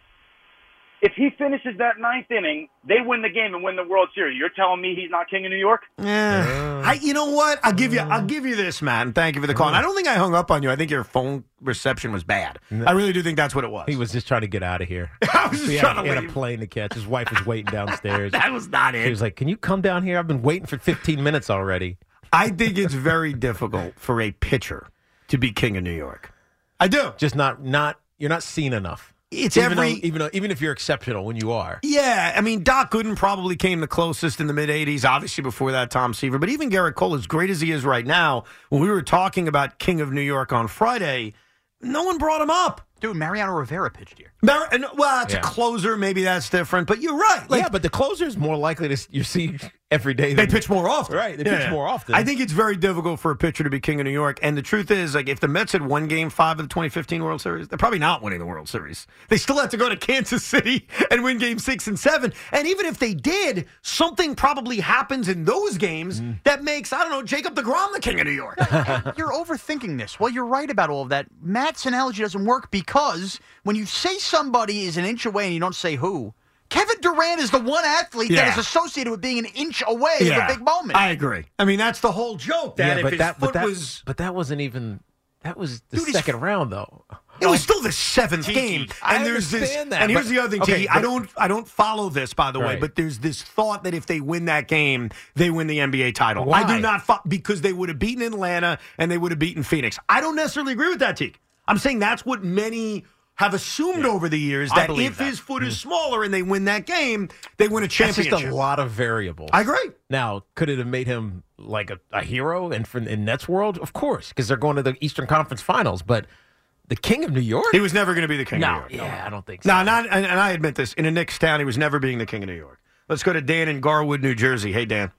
If he finishes that ninth inning, they win the game and win the World Series. You're telling me he's not king of New York? Yeah. I, you know what? I'll give you. Mm. I'll give you this, Matt, and thank you for the call. And I don't think I hung up on you. I think your phone reception was bad. I really do think that's what it was. He was just trying to get out of here. I was just he had, trying to he had a leave. plane to catch. His wife was waiting downstairs. That was not it. She was like, "Can you come down here? I've been waiting for 15 minutes already." I think it's very difficult for a pitcher to be king of New York. I do. Just not not you're not seen enough. It's even every- though, even though, even if you're exceptional when you are. Yeah, I mean Doc Gooden probably came the closest in the mid '80s. Obviously, before that, Tom Seaver. But even Garrett Cole, as great as he is right now, when we were talking about King of New York on Friday, no one brought him up. Dude, Mariano Rivera pitched here. Mar- and- well, it's Yeah. a closer. Maybe that's different. But you're right. Like, yeah, but the closer's more likely to s- you see every day. They than- pitch more often. Right, they Yeah. pitch more often. I think it's very difficult for a pitcher to be king of New York. And the truth is, like, if the Mets had won Game Five of the 2015 World Series, they're probably not winning the World Series. They still have to go to Kansas City and win Game Six and Seven. And even if they did, something probably happens in those games that makes I don't know Jacob Degrom the king of New York. You're overthinking this. Well, you're right about all of that. Matt's analogy doesn't work because when you say somebody is an inch away and you don't say who, Kevin Durant is the one athlete Yeah. that is associated with being an inch away Yeah. of a big moment. I agree. I mean, that's the whole joke. That yeah, if but his that, foot but that was, but that wasn't even that was the Dude, his- second round though. it was still the seventh Tiki. game. I And there's this. understand that, and here's but- the other thing, okay, Tiki. but- I don't, I don't follow this, by the way. Right. But there's this thought that if they win that game, they win the NBA title. I Why? do not fo- because they would have beaten Atlanta and they would have beaten Phoenix. I don't necessarily agree with that, Tiki. I'm saying that's what many. Have assumed over the years I that believe if that. Mm. his foot is smaller and they win that game, they win a That's championship. just a lot of variables. I agree. Now, could it have made him like a, a hero in, for, in Nets world? Of course, because they're going to the Eastern Conference Finals. But the King of New York, He was never going to be the king no, of New York. yeah, I don't think so. No, not and, and I admit this. In a Knicks town, he was never being the king of New York. Let's go to Dan in Garwood, New Jersey. Hey, Dan.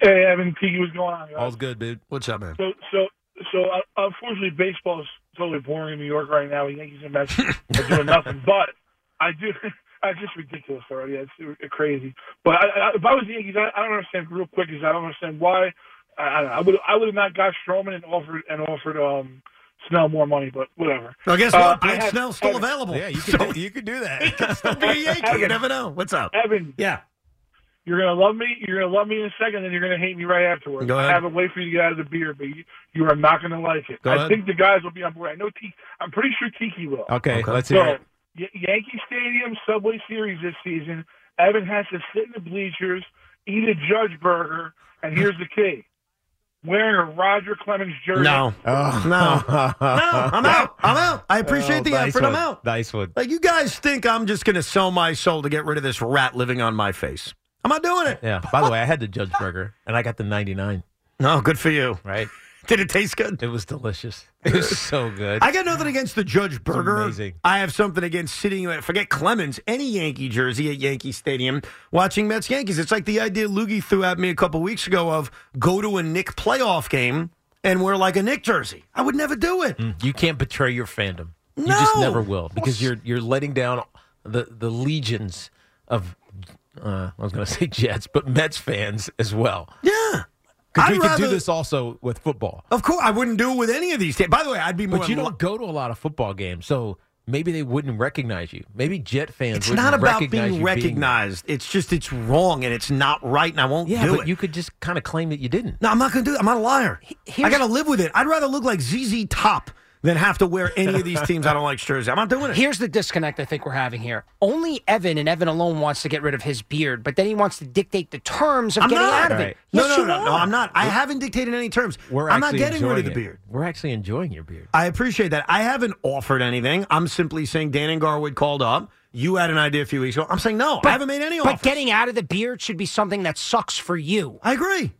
Hey, Evan T, what's going on? guys? All's good, dude. What's up, man? So, so, so uh, unfortunately, baseball's totally boring in New York right now. The Yankees and Mets are doing nothing. But I do. It's just ridiculous already. It's r- crazy. But I, I, if I was the Yankees, I, I don't understand. Real quick, is I don't understand why. I, I, don't know. I would I would have not got Stroman and offered and offered um Snell more money, but whatever. Well, guess Uh, what? I Blake have- Snell's still Evan- available. Yeah, you So- could do, you could do that. Still be a Yankee. You never know. What's up? Evan, yeah. You're gonna love me. You're gonna love me in a second, and you're gonna hate me right afterwards. Go ahead. I have a way for you to get out of the beer, but you, you are not gonna like it. Go I ahead. think the guys will be on board. I know Tiki. I'm pretty sure Tiki will. Okay, Okay. let's so, hear it. Y- Yankee Stadium Subway Series this season. Evan has to sit in the bleachers, eat a Judge burger, and here's the key: wearing a Roger Clemens jersey. No. No. Oh. No. I'm out. Oh, I'm out. I appreciate Oh, the nice effort. one. I'm out. Nice one. Like you guys think I'm just gonna sell my soul to get rid of this rat living on my face. I'm not doing it. Yeah. By the way, I had the Judge Burger and I got the 99. No, Oh, good for you. Right. Did it taste good? It was delicious. It was so good. I got nothing against the Judge Burger. amazing. I have something against sitting. Forget Clemens, any Yankee jersey at Yankee Stadium, watching Mets Yankees. It's like the idea Loogie threw at me a couple weeks ago of go to a Nick playoff game and wear like a Nick jersey. I would never do it. You can't betray your fandom. You No. just never will because you're you're letting down the the legions of uh, I was going to say Jets, but Mets fans as well. Yeah. Because I'd we can do rather- this also with football. Of course, I wouldn't do it with any of these teams. By the way, I'd be more. But you don't go to a lot of football games, so maybe they wouldn't recognize you. Maybe Jet fans It's wouldn't not about recognize being you recognized. it's just it's wrong and it's not right, and I won't Yeah, do but it. you could just kind of claim that you didn't. No, I'm not going to do that. I'm not a liar. I got to live with it. I'd rather look like ZZ Top than have to wear any of these teams I don't like jerseys. I'm not doing it. Here's the disconnect I think we're having here. Only Evan and Evan alone wants to get rid of his beard, but then he wants to dictate the terms of I'm getting not. out of it. No, Yes, no, you no, no, are. I'm not. I haven't dictated any terms. We're I'm not actually getting rid of enjoying the it. beard. We're actually enjoying your beard. I appreciate that. I haven't offered anything. I'm simply saying Dan and Garwood called up. You had an idea a few weeks ago. I'm saying no. I haven't made any But offers. getting out of the beard should be something that sucks for you. Uh, I agree.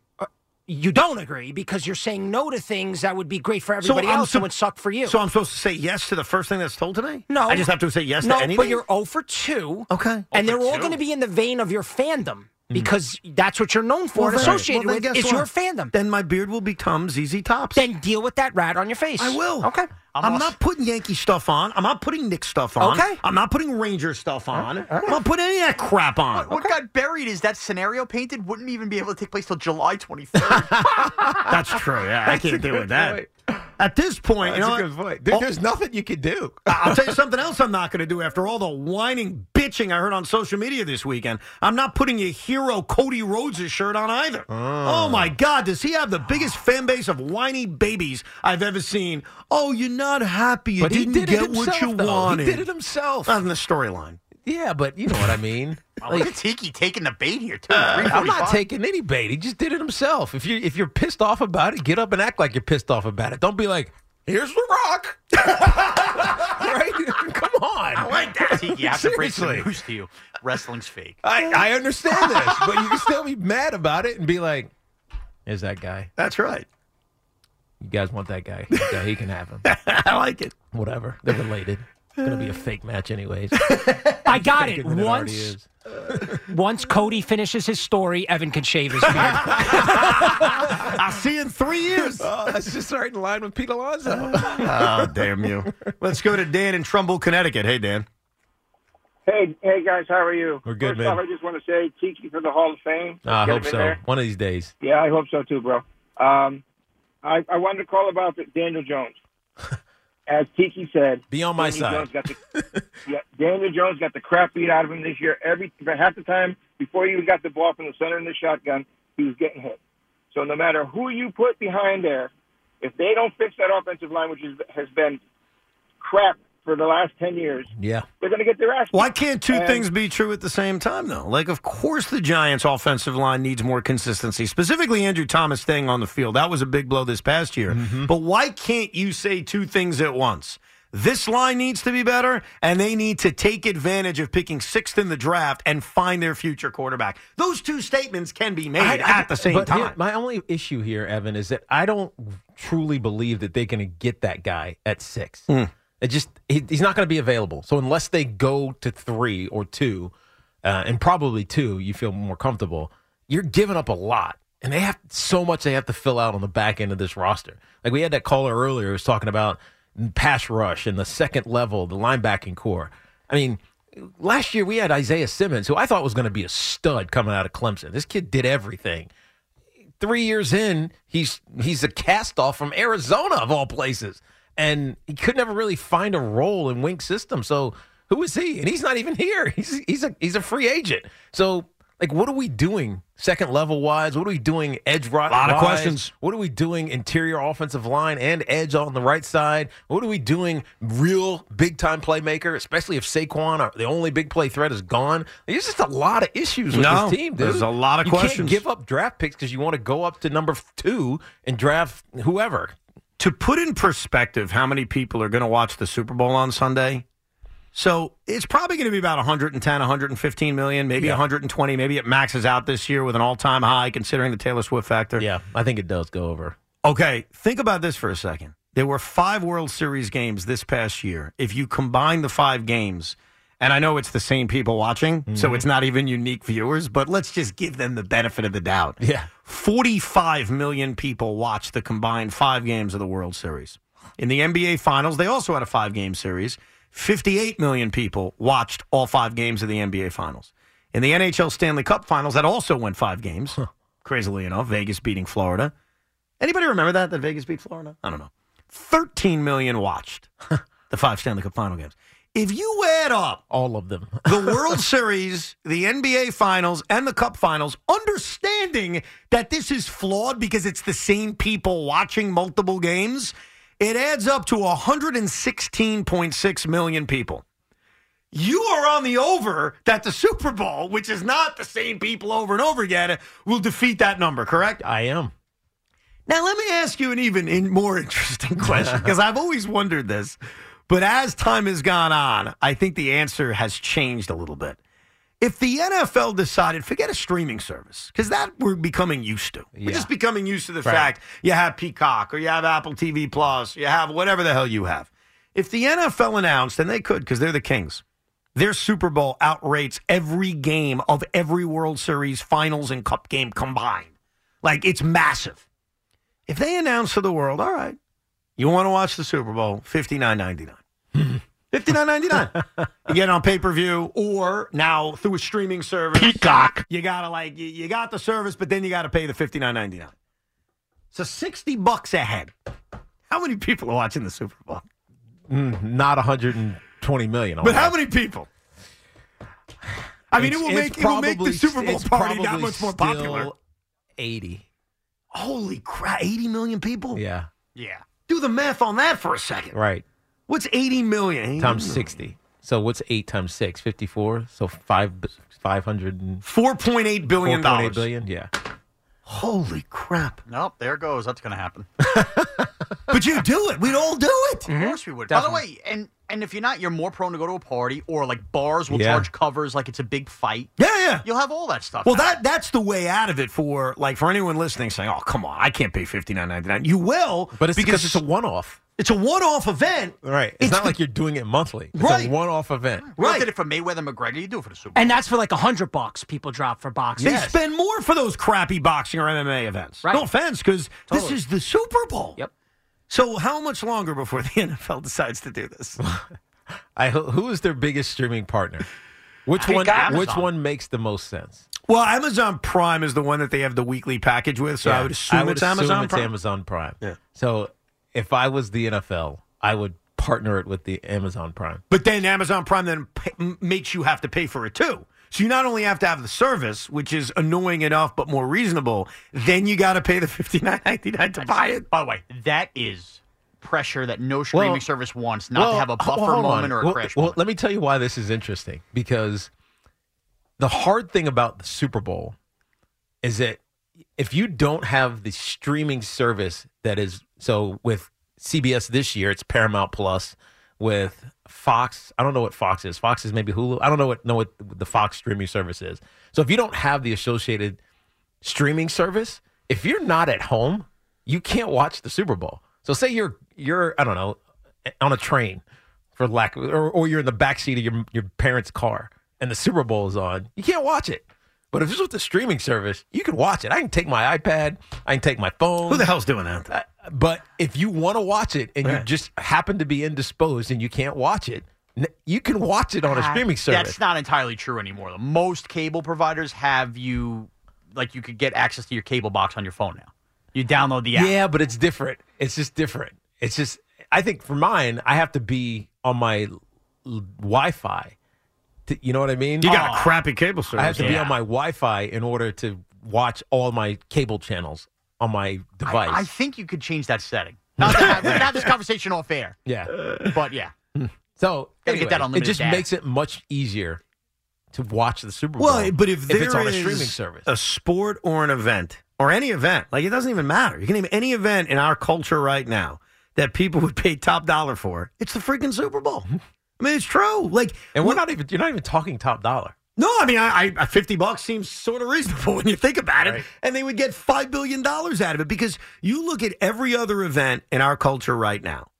You don't agree because you're saying no to things that would be great for So everybody I'm else sup- and would suck for you. So I'm supposed to say yes to the first thing that's told today? no, I just have to say yes no, to anything. but you're 0 for 2. Okay. Oh and they're all two? going to be in the vein of your fandom because that's what you're known for and then- associated well, then with guess is what? your fandom. Then my beard will become ZZ Tops. Then deal with that rat on your face. I will. Okay. I'm, not putting Yankee stuff on. I'm not putting Nick stuff on. Okay. I'm not putting Ranger stuff on. I'm not putting any of that crap on. What got buried is that scenario painted wouldn't even be able to take place till July 23rd. That's true. Yeah, I That's a can't deal good with that. At this point, That's you know a what? good point. There- Oh, there's nothing you can do. I'll tell you something else I'm not going to do after all the whining bitching I heard on social media this weekend. I'm not putting your hero Cody Rhodes' shirt on either. Oh my God, does he have the biggest fan base of whiny babies I've ever seen? Oh, you're not happy. You But he didn't did it get what himself, you though. He wanted. did it himself. Not in the storyline. Yeah, but you know what I mean. Look at Tiki taking the bait here too. uh, I'm not 345. taking any bait. He just did it himself. If you if you're pissed off about it, get up and act like you're pissed off about it. Don't be like, here's the rock. right? Come on. I like that. Tiki, I have to break some Seriously. news to you. Wrestling's fake. I, I understand this, but you can still be mad about it and be like, there's that guy. That's right. You guys want that guy. Yeah, he can have him. I like it. Whatever. They're related. It's gonna be a fake match anyways. I got it. Faker than it already Once, is. once Cody finishes his story, Evan can shave his beard. I'll see you in three years. Oh, that's just right in line with Pete Alonso. oh, damn you. Let's go to Dan in Trumbull, Connecticut. Hey, Dan. Hey, hey guys, how are you? We're good, First man. off, I just want to say Tiki for the Hall of Fame. I Get hope him in so. there. One of these days. Yeah, I hope so too, bro. Um, I, I wanted to call about the- Daniel Jones. As Tiki said, Be on my Daniel side. Jones got the, yeah, Daniel Jones got the crap beat out of him this year. Every but half the time before he even got the ball from the center in the shotgun, he was getting hit. So no matter who you put behind there, if they don't fix that offensive line, which is, has been crap for the last ten years, Yeah. they're going to get their ass. Why kicked. can't two And- things be true at the same time, though? Like, of course, the Giants' offensive line needs more consistency, specifically Andrew Thomas staying on the field. That was a big blow this past year. Mm-hmm. But why can't you say two things at once? This line needs to be better, and they need to take advantage of picking sixth in the draft and find their future quarterback. Those two statements can be made I- I- at the same but time. here- my only issue here, Evan, is that I don't truly believe that they're going to get that guy at six. It just he, he's not going to be available. So unless they go to three or two, uh, and probably two, you feel more comfortable. You're giving up a lot, and they have so much they have to fill out on the back end of this roster. Like we had that caller earlier who was talking about pass rush and the second level, the linebacking core. I mean, last year we had Isaiah Simmons, who I thought was going to be a stud coming out of Clemson. This kid did everything three years in, he's he's a cast off from Arizona of all places, and he could never really find a role in Wink system. So who is he? And he's not even here. He's he's a he's a free agent. So like, what are we doing second level wise? What are we doing edge right? Lot of questions. What are we doing interior offensive line and edge on the right side? What are we doing real big time playmaker, especially if Saquon, uh, the only big play threat, is gone? There's just a lot of issues with No, this team. Dude. there's a lot of you questions. Can't give up draft picks because you want to go up to number two and draft whoever. to put in perspective how many people are going to watch the Super Bowl on Sunday, so it's probably going to be about 110, 115 million, maybe 120. Maybe it maxes out this year with an all time high considering the Taylor Swift factor. Yeah, I think it does go over. Okay, think about this for a second. There were five World Series games this past year. If you combine the five games, and I know it's the same people watching, so it's not even unique viewers, but let's just give them the benefit of the doubt. Yeah. 45 million people watched the combined five games of the World Series. In the NBA Finals, they also had a five game series. 58 million people watched all five games of the NBA Finals. In the NHL Stanley Cup Finals, that also went five games. Crazily enough, Vegas beating Florida. Anybody remember that? That Vegas beat Florida? I don't know. 13 million watched the five Stanley Cup Final games. If you add up all of them, the World Series, the NBA Finals, and the Cup Finals, understanding that this is flawed because it's the same people watching multiple games, it adds up to 116.6 million people. You are on the over that the Super Bowl, which is not the same people over and over again, will defeat that number, correct? I am. Now, let me ask you an even in- more interesting question because I've always wondered this. But as time has gone on, I think the answer has changed a little bit. If the NFL decided, forget a streaming service, because that we're becoming used to. We're just becoming used to the Right. fact you have Peacock or you have Apple TV Plus, you have whatever the hell you have. If the NFL announced, and they could because they're the kings, their Super Bowl outrates every game of every World Series finals and cup game combined. Like it's massive. If they announce to the world, all right, you want to watch the Super Bowl, fifty nine ninety nine. Fifty nine ninety nine. You get it on pay per view or now through a streaming service. Peacock. You gotta like you, you got the service, but then you gotta pay the fifty nine ninety nine. So sixty bucks a head. How many people are watching the Super Bowl? Mm, not 120 million. But how many people? I mean, it It's- will it's make it will make the probably- Super Bowl it's party probably that much more still popular. 80. Holy crap! Eighty million people. Yeah. Yeah. Do the math on that for a second. Right. What's eighty million Times 60. So what's 8 times 6? 54. So 5 500 and $4.8 billion. $4.8 billion, yeah. Holy crap. Nope, there it goes. That's going to happen. but you do it. We'd all do it. Of course we would. By the Definitely. way, and and if you're not, you're more prone to go to a party or like bars will Yeah. charge covers like it's a big fight. Yeah, yeah. You'll have all that stuff. Well, now. that that's the way out of it for like for anyone listening saying, "Oh, come on, I can't pay fifty nine ninety nine. You will, But it's because it's a one-off. It's a one off event, Right. It's, not like you're doing it monthly. It's Right. a one-off event. You don't did it for Mayweather McGregor. You do it for the Super. And that's for like a hundred bucks people drop for boxing. They spend more for those crappy boxing or MMA events. No offense, because this is the Super Bowl. Yep. So how much longer before the NFL decides to do this? I who who is their biggest streaming partner? Which think one Amazon. which one makes the most sense? well, Amazon Prime is the one that they have the weekly package with, so I Yeah. would assume I would it's assume Amazon it's Prime. Amazon Prime. Yeah. So if I was the NFL, I would partner it with the Amazon Prime. But then Amazon Prime then p- m- makes you have to pay for it too. So you not only have to have the service, which is annoying enough but more reasonable, then you got to pay the fifty nine ninety nine to buy it. By the way, that is pressure that no streaming Well- service wants, not to Well, have a h- well, buffer hold moment on. or a well, crash Well, moment. let me tell you why this is interesting because the hard thing about the Super Bowl is that if you don't have the streaming service that is so with CBS this year, it's Paramount Plus. With Fox, I don't know what Fox is. Fox is maybe Hulu. I don't know what know what the Fox streaming service is. So if you don't have the associated streaming service, if you're not at home, you can't watch the Super Bowl. So say you're you're I don't know on a train for lack of, or or you're in the back seat of your your parents' car and the Super Bowl is on, you can't watch it. But if it's with the streaming service, you can watch it. I can take my iPad, I can take my phone. Who the hell's doing that? But if you want to watch it and you just happen to be indisposed and you can't watch it, n- you can watch it on a Ah, streaming service. That's not entirely true anymore. though. Most cable providers have you, like, you could get access to your cable box on your phone now. You download the app. Yeah, but it's different. It's just different. It's just I think for mine, I have to be on my l- Wi-Fi. To, you know what I mean? You Oh. got a crappy cable service. I have to be Yeah. on my Wi-Fi in order to watch all my cable channels on my device. I think you could change that setting. Not to have, we can have this conversation off air. yeah. But yeah. So Gotta get anyway, it that unlimited just data. makes it much easier to watch the Super Bowl. Well, but if there it's on a is streaming service, a sport or an event or any event, like it doesn't even matter. You can name any event in our culture right now that people would pay top dollar for. It's the freaking Super Bowl. I mean, it's true. Like, and we're not even you're not even talking top dollar. No, I mean, I, I fifty bucks seems sort of reasonable when you think about it, and they would get five billion dollars out of it because you look at every other event in our culture right now,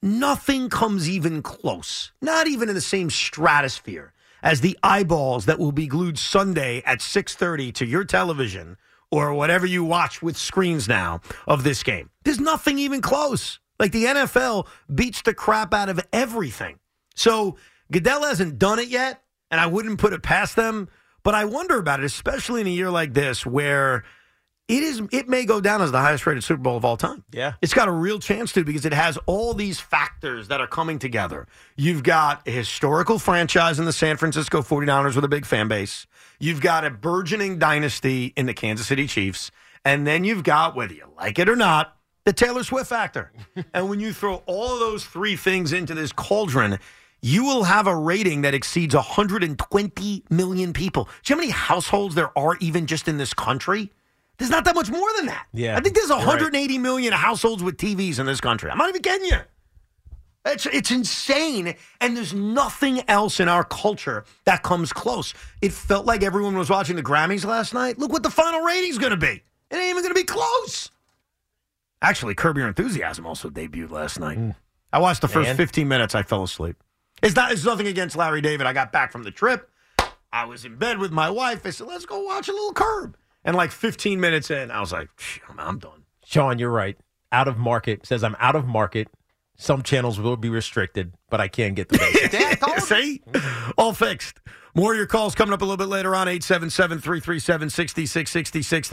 nothing comes even close, not even in the same stratosphere as the eyeballs that will be glued Sunday at six thirty to your television or whatever you watch with screens now of this game. There's nothing even close. Like the NFL beats the crap out of everything. So Goodell hasn't done it yet, and I wouldn't put it past them. But I wonder about it, especially in a year like this where it is it may go down as the highest rated Super Bowl of all time. Yeah. It's got a real chance to because it has all these factors that are coming together. You've got a historical franchise in the San Francisco 49ers with a big fan base. You've got a burgeoning dynasty in the Kansas City Chiefs. And then you've got, whether you like it or not, the Taylor Swift factor. and when you throw all of those three things into this cauldron, you will have a rating that exceeds 120 million people. Do you know how many households there are even just in this country? There's not that much more than that. Yeah, I think there's you're right. 180 million households with TVs in this country. I'm not even kidding you. It's, it's insane. And there's nothing else in our culture that comes close. It felt like everyone was watching the Grammys last night. Look what the final rating's going to be. It ain't even going to be close. Actually, Curb Your Enthusiasm also debuted last night. Mm. I watched the first Man. 15 minutes. I fell asleep. It's not. It's nothing against Larry David. I got back from the trip. I was in bed with my wife. I said, "Let's go watch a little Curb." And like 15 minutes in, I was like, "Phew, I'm, I'm done. Sean, you're right. Out of market says I'm out of market. Some channels will be restricted, but I can get the basics. See? All fixed. More of your calls coming up a little bit later on 877 337 6666.